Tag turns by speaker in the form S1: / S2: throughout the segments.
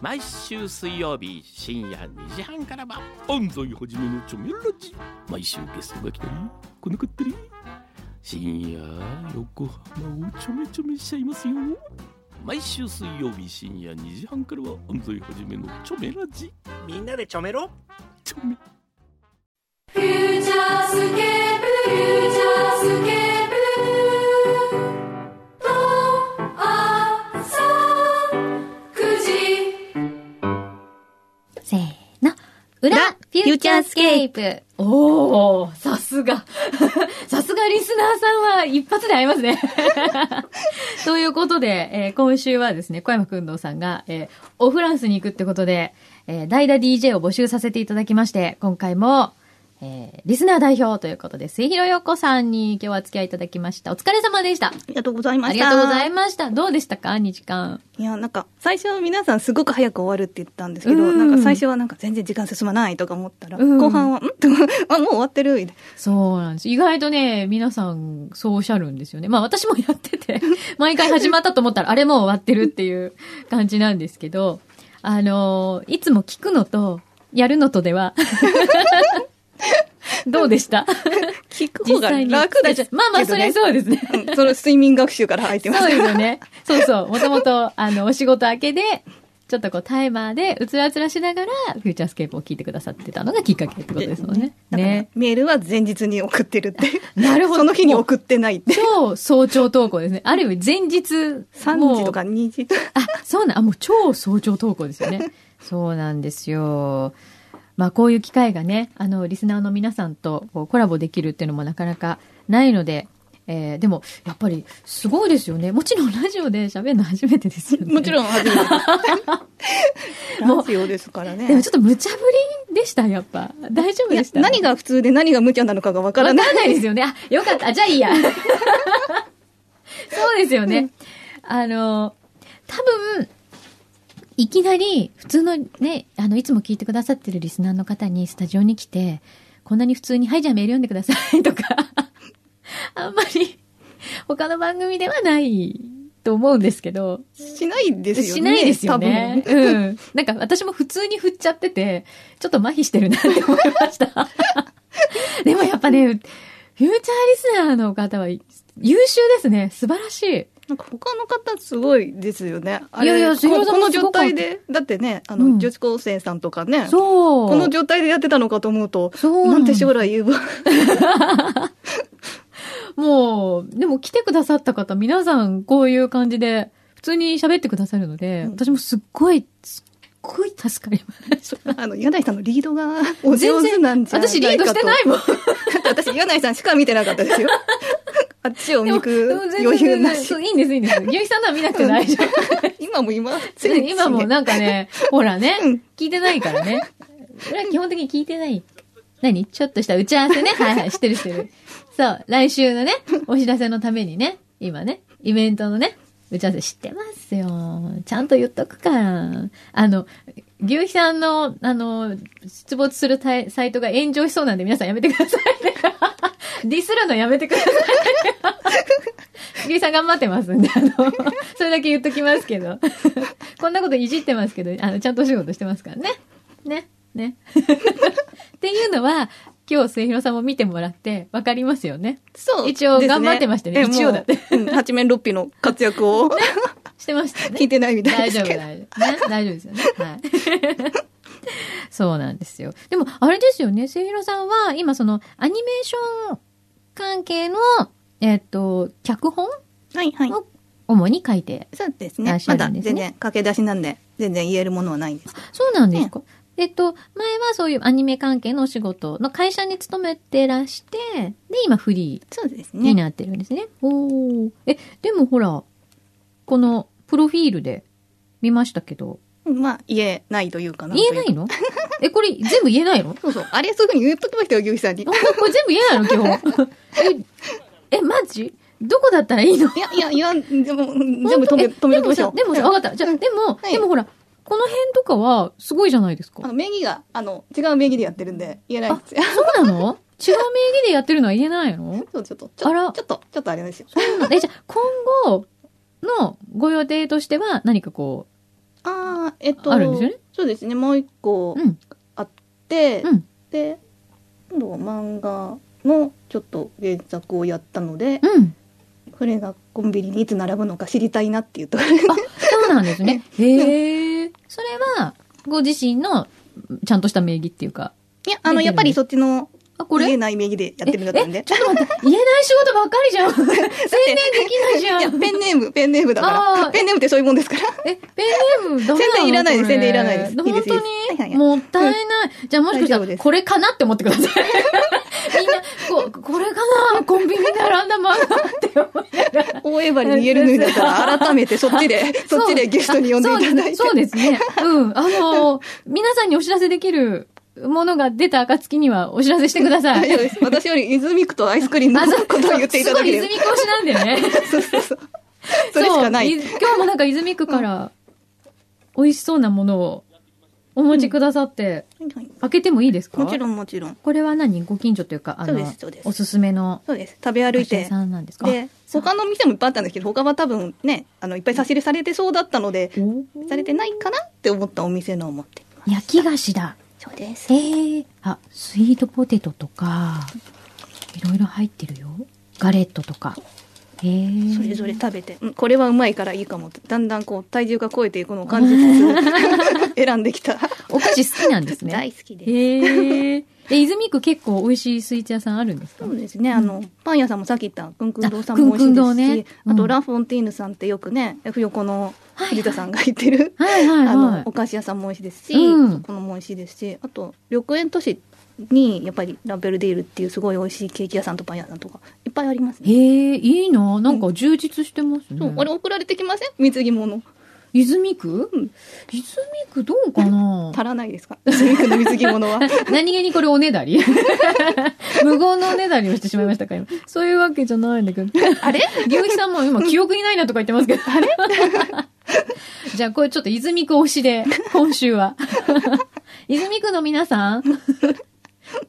S1: 毎週水曜日深夜2時半からは安西はじめのチョメラジ毎週ゲストが来たり来なかったり深夜横浜をちょめちょめしちゃいますよ毎週水曜日深夜2時半からは安西はじめのチョメラジ
S2: みんなでちょめろ
S1: チョメ
S3: フューチャースケープフューチャースケープと朝9時
S4: せーの。裏、フューチャースケープ。おー、さすが。 さすがリスナーさんは一発で会えますね。 ということで、えー今週はですね、小山くんどうさんが、えーオフランスに行くってことで、えー代打 DJ を募集させていただきまして、今回も、えーリスナー代表ということで、末広陽子さんに今日はお付き合いいただきました。お疲れ様でした。
S5: りがとうございま
S4: あ
S5: し
S4: り
S5: た。
S4: がとうございました。どうでしたか ?2 時間。
S5: いや、なんか、最初皆さんすごく早く終わるって言ったんですけど、
S4: うん
S5: なんか最初はなんか全然時間進まないとか思ったら、
S4: うん
S5: 後半は、ん とあ、もう終わってるみたい
S4: そうなんです。意外とね、皆さん、そうおっしゃるんですよね。まあ私もやってて、毎回始まったと思ったら、あれもう終わってるっていう感じなんですけど、あのーいつも聞くのと、やるのとでは、どうでした
S5: な。聞く方が楽だ
S4: 実際にまあまあ、それは
S5: う。
S4: そうですね。
S5: うん、その睡眠学習から入ってます
S4: そうで
S5: から。
S4: すよね。そうそう。もともと、あの、お仕事明けで、ちょっとこう、タイマーで、うつらうつらしながら、フューチャースケープを聞いてくださってたのがきっかけってことですもんね。
S5: だから
S4: ね。
S5: メールは前日に送ってるって。
S4: なるほど
S5: その日に送ってないって。
S4: 超早朝投稿です ね。ある意味前日。
S5: 3時とか2時とか。
S4: あ、そうなん、あ、もう超早朝投稿ですよね。 そうなんですよ。まあこういう機会がね、あの、リスナーの皆さんとこうコラボできるっていうのもなかなかないので、えーでも、やっぱり、すごいですよね。もちろんラジオで喋るの初めてですよね。
S5: もちろん初めて。
S4: もう
S5: ラジオですからね。
S4: でもちょっと無茶ぶりでした、やっぱ。大丈夫
S5: いや
S4: でした
S5: 何が普通で何が無茶なのかがわからない。
S4: わかんないですよね。あ、よかった。あじゃあ いいや。そうですよね。あの、多分、いきなり、普通のね、あの、いつも聞いてくださってるリスナーの方にスタジオに来て、こんなに普通に、はい、じゃあメール読んでくださいとか、 あんまり、他の番組ではないと思うんですけど、
S5: しないですよね。
S4: しないですよね。
S5: 多分。
S4: うん。なんか私も普通に振っちゃってて、ちょっと麻痺してるなって思いま した。でもやっぱね、フューチャーリスナーの方は優秀ですね。素晴らしい。
S5: なんか他の方すごいですよね。あれ
S4: いやいや
S5: こ
S4: 杉浦さん
S5: この
S4: もすご
S5: 状
S4: かった
S5: 態で、だってね、あ
S4: うん
S5: の、女子高生さんとかね、
S4: そう。
S5: この状態でやってたのかと思うと、
S4: そう
S5: なんて
S4: です
S5: 将来有 望。
S4: もう、でも来てくださった方、皆さんこういう感じで、普通に喋ってくださるので、
S5: うん
S4: 私もすっごい、すっごい助かりました。
S5: あの、柳井さんのリードがお上手なんじゃないかと。
S4: 私リードしてないもん。
S5: だって 私、柳井さんしか見てなかっ たですよ。あっちを
S4: でも
S5: 向く
S4: うん全然
S5: 余裕なし
S4: 全。然いいんです、いいんです。ゆうきさんのは見なくて大丈夫。
S5: 今も今、
S4: ね今もなんかね、ほらね
S5: うん、
S4: 聞いてないからね。俺は基本的に聞いてない。何ちょっとした打ち合わせね。はいはい、してるしてる。そう、来週のね、お知らせのためにね、今ね、イベントのね、打ち合わせ知ってますよ。ちゃんと言っとくから。あの、牛肥さんの、あの、出没するタイサイトが炎上しそうなんで皆さんやめてくださいね。 ディスるのやめてくださいね。牛肥さん頑張ってますんで、あの、それだけ言っときますけど。こんなこといじってますけど、あの、ちゃんとお仕事してますからね。ね。ね。 っていうのは、今日末広さんも見てもらって、わかりますよね。
S5: そう
S4: 一応頑張ってましたね一応だって。
S5: ですえもううん八面六臂の活躍を
S4: してましたよね。
S5: 聞いてないみた
S4: 大
S5: いで
S4: 丈
S5: す
S4: 夫、
S5: けど。
S4: 大丈夫。ね、大丈夫ですよね。はい。 そうなんですよ。でも、あれですよね、末広さんは、今その、アニメーション関係の、えっと、脚本
S5: はいはい。
S4: を主に書いて
S5: そうです
S4: いらっ
S5: ね。
S4: しゃ
S5: ま
S4: る
S5: だ
S4: んで
S5: 全
S4: すね
S5: 然駆け出しなんで、全然言えるものはないんです。
S4: そうなんですか、えっと、前はそういうアニメ関係のお仕事の会社に勤めてらして、で、今フリ
S5: そうです
S4: ーに
S5: ね。
S4: なってるんですね。おーえ、でもほら、このプロフィールで見ましたけど、
S5: まあ、言えないというかな。
S4: 言えない
S5: とうか
S4: のえ、これ全部言えないの
S5: そうそう。 あれ、そういうふうに言っときましたよ、牛 肥さんに。い
S4: ほんとこれ全部言えないの基本。 え、え、マジどこだったらいいの
S5: や、いや、いや、でも、全部止め、
S4: 本当
S5: 止
S4: え
S5: めときましょう。
S4: でもさ、でもさ、
S5: うん
S4: わかった。じゃあ、
S5: うん
S4: でも、
S5: はい
S4: でもほら、この辺とかはすごいじゃないですか
S5: あ。の、名義が、あの、違う名義でやってるんで、言えないんですよ。
S4: そうなの違う名義でやってるのは言えないの
S5: そう、ちょっと、ち
S4: あら
S5: ょちょっと、ちょっとあれなんですよ。
S4: え、じゃあ、今後のご予定としては、何かこう、
S5: ああ、えっと、
S4: あるんですよね
S5: そうですね、もう一個
S4: うん。
S5: あって、
S4: うん
S5: で、今度は漫画のちょっと原作をやったので、
S4: うん。
S5: これがコンビニにいつ並ぶのか知りたいなっていうところで
S4: あ、そうなんです ね。へえ。それは、ご自身の、ちゃんとした名義っていうか。
S5: いや、あの、
S4: 出てるんです
S5: やっぱりそっちの
S4: あ、これ
S5: 言えない名義でやってるんだったん
S4: ええ
S5: で。
S4: ちょっと待って、言えない仕事ばっか りじゃん。宣伝できないじゃ
S5: いや、
S4: ん。
S5: ペンネーム、ペンネームだか
S4: あー
S5: ら。ペンネームってそういうもんですから。
S4: え、ペンネームダメなの
S5: 宣伝いらないです
S4: これ
S5: 宣伝いらないですいい
S4: 本
S5: ですいいです
S4: 当
S5: はいはい
S4: にもったいない。じゃあもしかした
S5: 大丈夫
S4: ら、
S5: です
S4: これかなって思ってくださ い。みんな、こ、これかなコンビニに並んだ漫画って思いながら。
S5: 大江原に言えるのにだから、改めて そっちで、そっちでゲストに呼んでいただいて。
S4: そうですね。うん。あ の、皆さんにお知らせできるものが出た暁にはお知らせしてくださ
S5: 大
S4: い。
S5: 丈夫です。私より泉区とアイスクリームのことを言っていただけれ
S4: す
S5: ば
S4: ごい。泉区推しなんだよね。
S5: そうそうそう。それしかな
S4: そう
S5: い。
S4: ず今日もなんか泉区から美味しそうなものをお持ちくださって、開けてもいいですか
S5: もちろんもちろん。
S4: これは何ご近所というか、あ
S5: そうで
S4: の
S5: すそうで、す
S4: おすすめの
S5: そうです。食べ歩
S4: お
S5: い
S4: 店
S5: て。
S4: さんなんですか
S5: で、
S4: そう
S5: 他の店もいっぱいあったんですけど、他は多分ね、あの、いっぱい差し入れされてそうだったので、
S4: お
S5: されてないかなって思ったお店のを持ってきま
S4: 焼き菓子だ。
S5: す。そうです。
S4: えー、あ、スイートポテトとか、いろいろ入ってるよ。ガレットとか。えー、
S5: それぞれ食べて、うん、これはうまいからいいかもってだんだんこう体重が超えていく のを感じつつ選んできた
S4: お菓子好きなんですね。
S5: 大好きです、
S4: へえ。え、泉区結構美味しいスイーツ屋さんあるんですか
S5: そうですねあの、パン屋さんもさっき言ったくんくん堂さん
S4: あ
S5: も美味し
S4: くんくん
S5: いで
S4: 堂
S5: すし、
S4: ねうん
S5: あとラ・フォンティーヌさんってよくね F 横の藤田さんが行ってる、
S4: はいはい
S5: あの
S4: は
S5: お菓子屋さんも美味しいですし、
S4: うん
S5: そこのも美味しいですしあと緑園都市にやっぱりラベルデールっていうすごい美味しいケーキ屋さんとパン屋さんとかいっぱいあります
S4: い。
S5: ね
S4: へえ、いいな。なんか充実してますね。
S5: そうあれ送られてきません貢ぎ物
S4: 泉区、
S5: うん
S4: 泉区どうかな
S5: 足らないですか泉区の貢ぎ物は
S4: 何気にこれおねだり 無言のおねだりをしてしまいましたか今。そういうわけじゃないんだけど。あれ牛肥さんも今記憶にないなとか言ってますけど。あれ じゃあこれちょっと泉区推しで、今週 は。泉区の皆さん、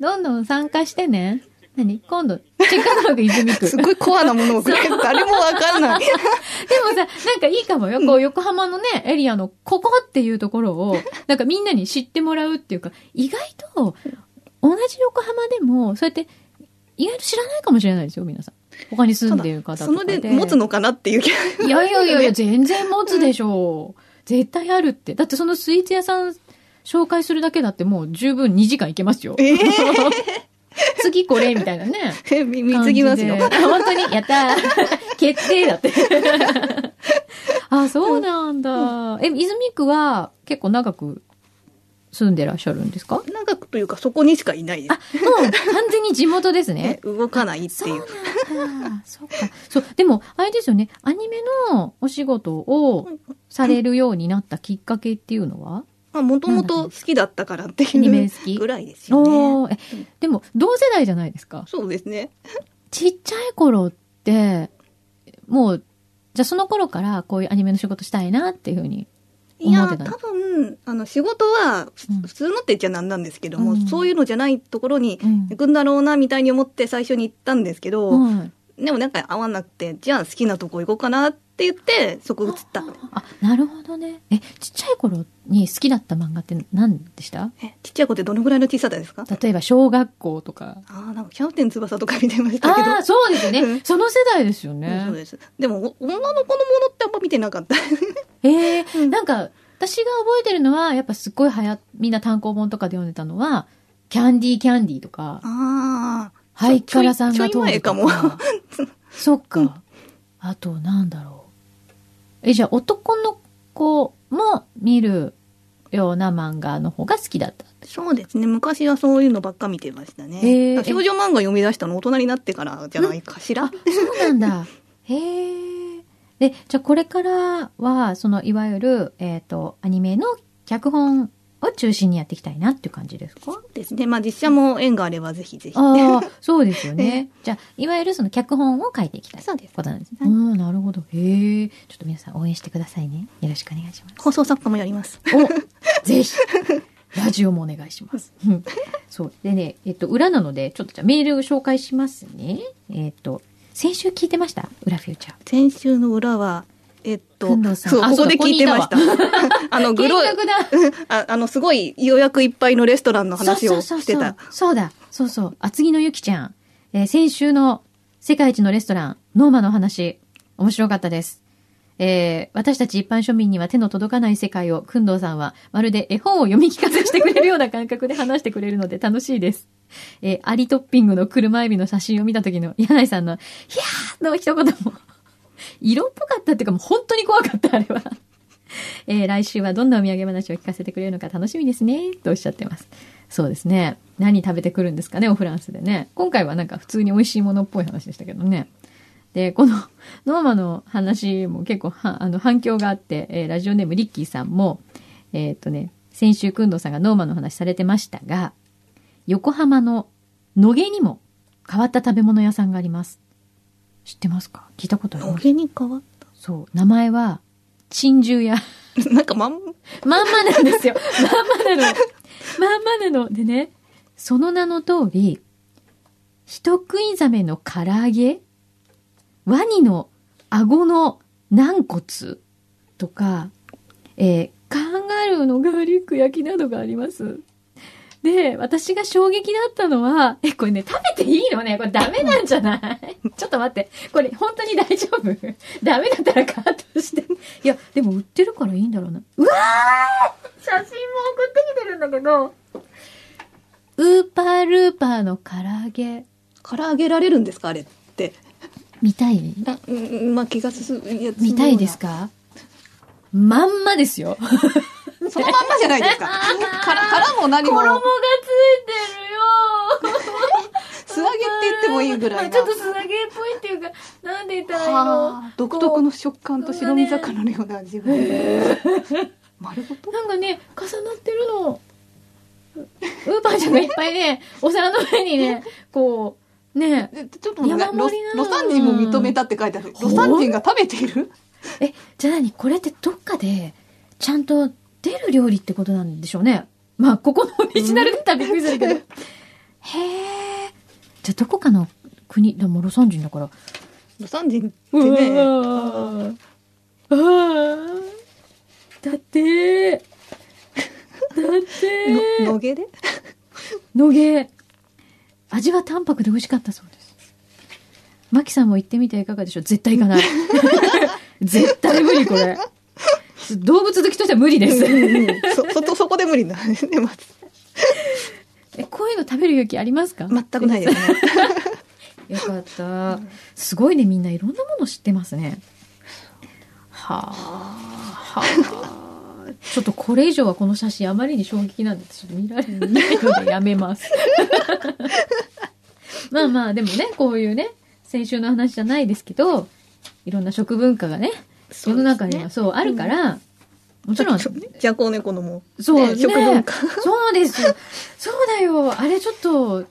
S4: どんどん参加してね。何今度、チェックアウトの泉区。
S5: すごいコアなものを送られて誰もわからない
S4: でもさ、なんかいいかもよ。こう、横浜のね、エリアのここっていうところ を、なんかみんなに知ってもらうっていうか、意外と、同じ横浜でも、そうやって、意外と知らないかもしれないですよ、皆さん。他に住んでいる方とかで。
S5: そので持つのかなっていう気が
S4: いやいやい やいや、全然持つでしょう。絶対あるって。だってそのスイーツ屋さん紹介するだけだってもう十分2時間いけますよ。
S5: え
S4: 次これみたいなね。
S5: えみ貢ぎますよ
S4: 感じで本当に、やった ー決定だって。あ、そうなんだ。え、泉区は結構長く住んでらっしゃるんですか
S5: 長くというかそこにしかいないで
S4: あ、もう完全に地元です
S5: す、
S4: ね
S5: ね。、動かないって
S4: そう
S5: いう
S4: なんだ。そうか。そう、でも、あれですよね。アニメのお仕事をされるようになったきっかけっていうのは
S5: まあもともと好きだったからって
S4: アニ
S5: い
S4: メ
S5: う
S4: 好き
S5: ぐらいですよね
S4: おーえでも、同世代じゃないですか。
S5: そうですね
S4: ちっちゃい頃って、もう、じゃあその頃からこういうアニメの仕事したいなっていうふうに。
S5: い
S4: 思っ
S5: や
S4: てた
S5: 多分あの仕事はふ
S4: うん
S5: 普通のって言っちゃなんなんですけども、
S4: うん
S5: そういうのじゃないところに
S4: うん
S5: 行くんだろうなみたいに思って最初に行ったんですけど、
S4: はい、
S5: でもなんか合わなくてじゃあ好きなとこ行こうかなって言ってそこ移った
S4: あ、なるほどね。え、ちっちゃい頃に好きだった漫画って何でした
S5: えちっちゃい子ってどのぐらいの小ささですか
S4: 例えば小学校とか。
S5: あーなんかキャプテン翼とか見てましたけど
S4: ああ、そうですよ
S5: う
S4: ね。
S5: ん
S4: その世代ですよ
S5: うんそう
S4: ね。
S5: です。でも、お女の子のものってあんま見てなかった。
S4: ええー
S5: うん
S4: なんか、私が覚えてるのは、やっぱすっごいはや、みんな単行本とかで読んでたのは、キャンディーキャンディーとか、
S5: ああ。
S4: ハイカラさんが通ると
S5: ちょい前か
S4: か。そっか。あと、なんだろう。え、じゃあ、男の子も見るような漫画の方が好きだった。
S5: そうですね。昔はそういうのばっか見てましたね。
S4: へー
S5: 少女漫画読み出したの大人になってからじゃないかしら。
S4: あ、そうなんだ。へえ。で、じゃあこれからは、その、いわゆる、えっ、と、アニメの脚本を中心にやっていきたいなっていう感じですか
S5: そうですね。まあ実写も縁があればぜひぜひ。
S4: ああ、そうですよね。じゃあ、いわゆるその脚本を書いていきたい
S5: そうです
S4: ことなんですね。
S5: は
S4: う
S5: い
S4: ん、なるほど。へえ。ちょっと皆さん応援してくださいね。よろしくお願いします。
S5: 放送作家もやります。
S4: お、ぜひ、ラジオもお願いし ます。うんそう。でね、えっと、裏なので、ちょっとじゃあメールを紹介しますね。えっと、先週聞いてました裏フューチャー。
S5: 先週の裏は、ええっと
S4: 工藤、さん
S5: そう、
S4: あ
S5: ここ
S4: そ
S5: で
S4: うだ
S5: 聞いてました。 あの、グ
S4: 見
S5: ロい、
S4: 学だ。
S5: ああの、すごい予約いっぱいのレストランの話をして
S4: そ
S5: た。
S4: うそうそうそうそうだ。そうそう。厚木のゆきちゃん。えー先週の世界一のレストラン、ノーマの話、面白かったです。えー私たち一般庶民には手の届かない世界を、くんどうさんはまるで絵本を読み聞かせしてくれるような感覚で話してくれるので楽しいです。えーアリトッピングの車エビの写真を見た時の柳井さんの、ひゃーの一言も、色っぽかったっていうかもう本当に怖かった、あれは。えー来週はどんなお土産話を聞かせてくれるのか楽しみですね、とおっしゃってます。そうですね。何食べてくるんですかね、おフランスでね。今回はなんか普通に美味しいものっぽい話でしたけどね。で、この ノーマの話も結構はあの反響があって、えーラジオネームリッキーさんも、えーっとね、先週、くんどうさんがノーマの話されてましたが、横浜の野毛にも変わった食べ物屋さんがあります。知ってますか聞いたことあり
S5: お
S4: ます
S5: げに変わっ
S4: そう。名前は、珍獣屋。
S5: た。なんかまん、
S4: まんまなんですよ。まんまなの。まんまなの。でね、その名の通り、人食いザメの唐揚げ、ワニの顎の軟骨とか、えーカンガルーのガーリック焼きなどがあります。で、私が衝撃だったのは、え、これね、食べていいのねこれダメなんじゃないちょっと待って。これ本当に大丈夫 ダメだったらカットして。いや、でも売ってるからいいんだろうな。写真も送ってきてるんだけど。ウーパールーパーの唐揚げ、
S5: 唐揚げられるんですかあれって。
S4: 見たい
S5: あ、うんうん、まあ気が進む。や
S4: 見たいです。かまんまですよ。
S5: そのそのまんまじゃないですか。から、からも何も、
S4: 衣がついてるよ
S5: 素揚げって言ってもいいぐらいな。
S4: ちょっと素揚げっぽいっていうか、なんで言ったらいいの
S5: はあ独特の食感と白身魚のような味わい。丸ごと
S4: なんかね、重なってるの。ウーパーちゃんがいっぱいね、お皿の上にね、こう、ね、
S5: えちょっとね
S4: 山盛
S5: ロ
S4: りなの
S5: ロサン人も認めたって書いてある。ロサン人が食べている
S4: え、じゃあ何これってどっかで、ちゃんと出る料理ってことなんでしょうね。まあ、ここのオリジナルだったらびっくりするけど。へえ。じゃあどこかの国、でもロサン人だから。
S5: ロサン人って
S4: う
S5: ね、
S4: わーあーだ って、だって、
S5: の、のげで
S4: 野毛味は淡白で美味しかったそうですマキさんも行ってみてはいかがでしょう絶対行かない絶対無理これ動物好きとしては無理です
S5: そ、そ と、そこで無理なんですね、まず
S4: えこういうの食べる勇気ありますか
S5: 全くないですね。
S4: よかったすごいねみんないろんなもの知ってますねはあはあちょっとこれ以上はこの写真あまりに衝撃なんでちょっと見られないのでやめます まあまあでもねこういうね先週の話じゃないですけどいろんな食文化がね世の中には そうあるから、もちろん
S5: じゃこ猫のも。
S4: そう、
S5: ね食文化
S4: そうですよ。そうだよ。あれちょっと、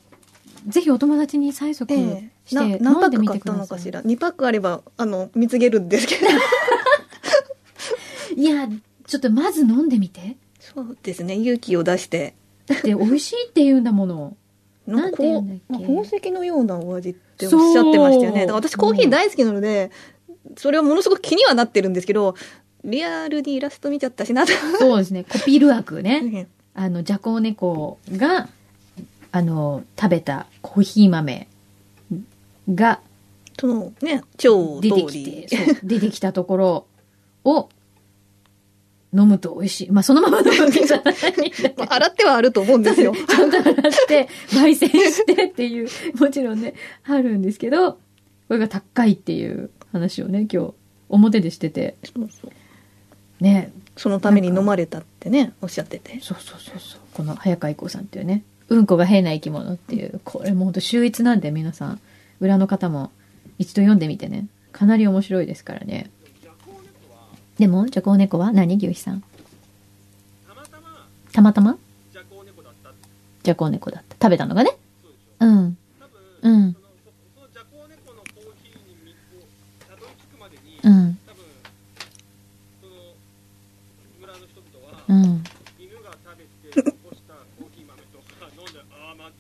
S4: ぜひお友達に催促
S5: え
S4: して、
S5: え、な
S4: 飲
S5: 何パ
S4: んで
S5: ック
S4: み
S5: 買
S4: て
S5: っ
S4: く
S5: た
S4: だ
S5: の
S4: さ
S5: か
S4: い。
S5: しら2パックあればあの見つけるんですけ ど
S4: いや、ちょっとまず飲んでみ て。
S5: そうですね勇気を出して
S4: だって美味しいって言うんだもの。
S5: なんかこ
S4: なんて言う
S5: う
S4: んだっけ
S5: まあ宝石のようなお味っておっしゃってました
S4: そ
S5: よね
S4: う
S5: だから私コーヒー大好きなので、それはものすごく気にはなってるんですけどリアルにイラスト見ちゃったしなと
S4: そうですね。コピルアクね。
S5: ね
S4: あの、ジャコウネコが、あの、食べたコーヒー豆が
S5: そのね超通
S4: 出て
S5: り
S4: きて、そう出てきたところを、飲むと美味しい。まあ、そのまま飲むわけじゃ ないんだけど
S5: まあ、洗ってはあると思う んですよ
S4: ちゃんと洗って、焙煎してっていう、もちろんね、あるんですけど、これが高いっていう話をね、今日、表でしてて、
S5: そうそう
S4: ね、
S5: そのために飲まれたってねおっしゃってて
S4: そうそうそうそう、この早川郁子さんっていうね、うんこが変な生き物っていう、これもうほんと秀逸なんで、皆さん、裏の方も一度読んでみてね、かなり面白いですからね。でも、じゃこう猫は何牛肥さん。たまたまじゃこう猫だった。食べたのがね。うん。うん。うん。うん。っ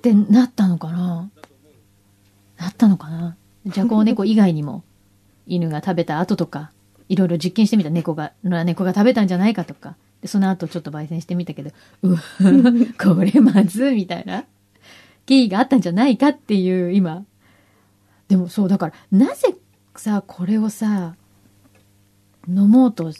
S4: てなったのかななったのかなじゃこう猫以外にも、犬が食べた後とか、いろいろ実験してみた猫が、野良猫が食べたんじゃないかとか。で、その後ちょっと焙煎してみたけど、うわ、これまずいみたいな。経緯があったんじゃないかっていう、今。でもそう、だから、なぜさ、これをさ、飲もうと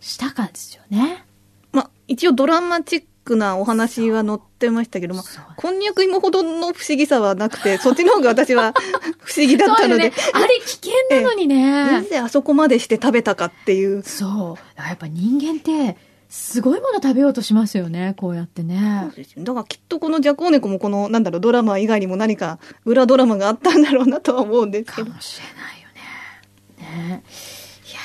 S4: したかですよね。
S5: まあ、一応ドラマチックなお話は載ってましたけども、
S4: そう
S5: こんにゃく芋ほどの不思議さはなくて、そっちの方が私は 不思議だったの
S4: そうよ
S5: で
S4: ね、、あれ危険なのに
S5: な
S4: ね。
S5: ぜあそこまでして食べたかっていう。
S4: そう。だからやっぱ人間って、すごいもの食べようとしますよね、こうやって
S5: そ
S4: ね
S5: う。ですよねだからきっとこのジャコウネコもこの、なんだろう、ドラマ以外にも何か裏ドラマがあったんだろうなとは思うんですけ
S4: か
S5: ど。
S4: もしれないよね。ねいや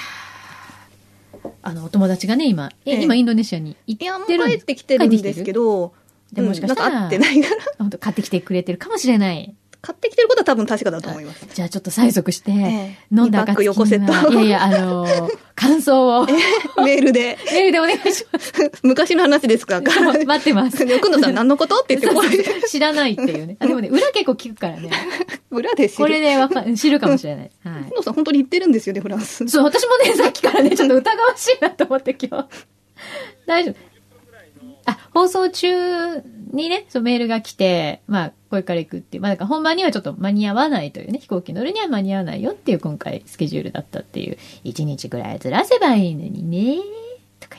S4: ーあの、お友達がね、今、え、
S5: ええ
S4: 今インドネシアに行っ
S5: い
S4: て
S5: や、もう
S4: るん
S5: 帰
S4: で
S5: っ
S4: す
S5: てきてるんですけど、
S4: でもしかしたら
S5: うんなんか会ってないから、
S4: 本当買ってきてくれてるかもしれない。
S5: 買ってきてることは多分確かだと思います。
S4: じゃあちょっと催促して、
S5: え
S4: 飲んだ
S5: 二パック
S4: 暁には
S5: よこせと
S4: いやいや、あのー感想 を、メ
S5: メールで、
S4: ールでお願いします。
S5: 昔の話ですから、
S4: そう待ってます。
S5: 奥野さん何のことって言ってこれ、
S4: 知らないっていうね。あでもね、裏結構聞くからね。
S5: 裏で知る。
S4: これでわか知るかもしれない。は
S5: 奥野さん本当に言ってるんですよね、フランス
S4: い。。そう、私もね、さっきからね、ちょっと疑わしいなと思って今日。大丈夫。あ、放送中にね、そうメールが来て、まあ、これから行くっていう。まあ、だから本番にはちょっと間に合わないというね、飛行機乗るには間に合わないよっていう今回スケジュールだったっていう。一日ぐらいずらせばいいのにね、とか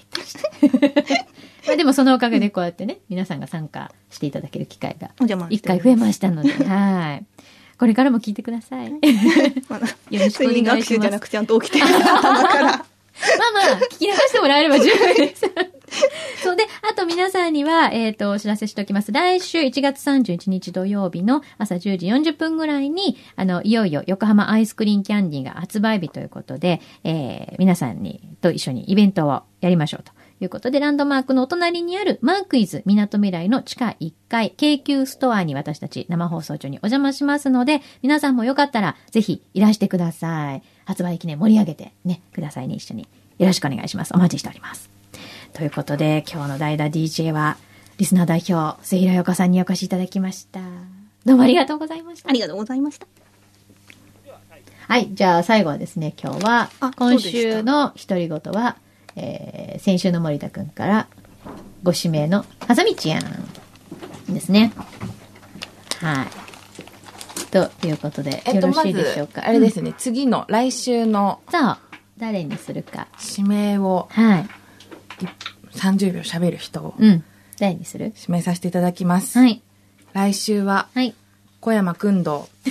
S4: 言ったりして。 まあでもそのおかげでこうやってね、皆さんが参加していただける機会が
S5: お邪魔して
S4: 一回増えましたので、はい。これからも聞いてください。ま
S5: まあ
S4: よろしくお願いします
S5: 睡眠学習じゃなくちゃんと起きて る頭か
S4: あ
S5: ら。
S4: まあ、聞き流してもらえれば十分です。そうで、あと皆さんには、えっ、と、お知らせしておきます。来週1月31日土曜日の朝10時40分ぐらいに、あの、いよいよ横浜アイスクリーンキャンディーが発売日ということで、えー皆さんにと一緒にイベントをやりましょうと。ということで、ランドマークのお隣にあるマークイズ港未来の地下1階、京急ストアに私たち生放送中にお邪魔しますので、皆さんもよかったらぜひいらしてください。発売記念盛り上げてね、くださいね、一緒に。よろしくお願いします。お待ちしております。ということで、今日の代打 DJ は、リスナー代表、末平よかさんにお越しいただきました。どうもありがとうございました
S5: あ。りがとうございました。
S4: はい、じゃあ最後はですね、今日は
S5: あ、
S4: 今週の独り言は、えー、先週の森田くんから、ご指名の、はさみちやんですね。はい。ということで、
S2: えっ
S4: よ
S2: と、
S4: ろ
S2: ま
S4: しいでしょう
S2: ず
S4: か。、
S2: あれですね、次の来週の
S4: うん。さあ、誰にするか。
S2: 指名を
S4: はい。
S2: 30秒喋る人を
S4: うん。誰にする
S2: 指名させていただきます。
S4: はい。
S2: 来週は、
S4: はい。
S2: 小山くん どう。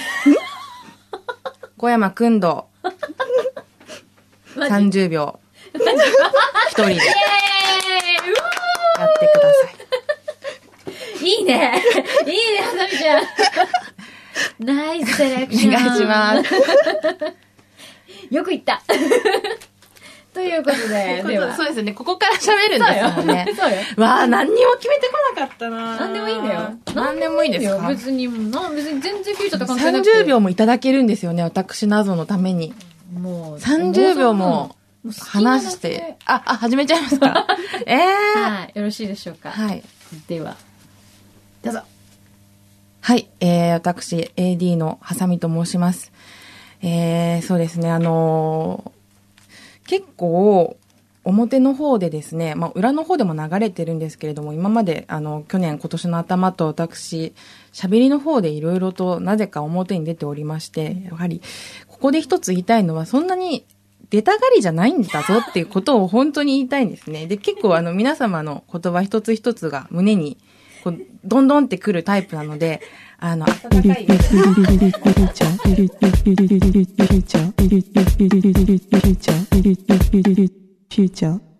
S2: 小山くんどう。
S4: マジ
S2: 30秒。一人でやってください。
S4: いいね いいね、はさみちゃんナイスセレクション
S2: お願いします。
S4: よく言った ということ で、では。
S2: そうですね、ここから喋るんですもんね。
S4: そうよ。
S2: わあ、何にも決めてこなかったな。
S4: 何でもいいんだよ。
S2: 何でもいいですか
S4: 別に、な別に全然フューチャーと関係なくて。
S2: 30秒もいただけるんですよね、私謎のために。
S4: もう。
S2: 30秒も
S4: もう好きなだけ
S2: 話して。あ、あ、始めちゃいま すかええ
S4: はい。よろしいでしょうか。
S2: はい。
S4: では。どうぞ。
S2: はい、えー、私、AD のハサミと申します。えー、そうですね、あのー結構、表の方でですね、まあ、裏の方でも流れてるんですけれども、今まで、あの、去年、今年の頭と私、喋りの方でいろいろと、なぜか表に出ておりまして、やはり、ここで一つ言いたいのは、そんなに出たがりじゃないんだぞっていうことを本当に言いたいんですね。で、結構あの皆様の言葉一つ一つが胸に、こう、どんどんってくるタイプなので、あの、温かい。
S6: Future.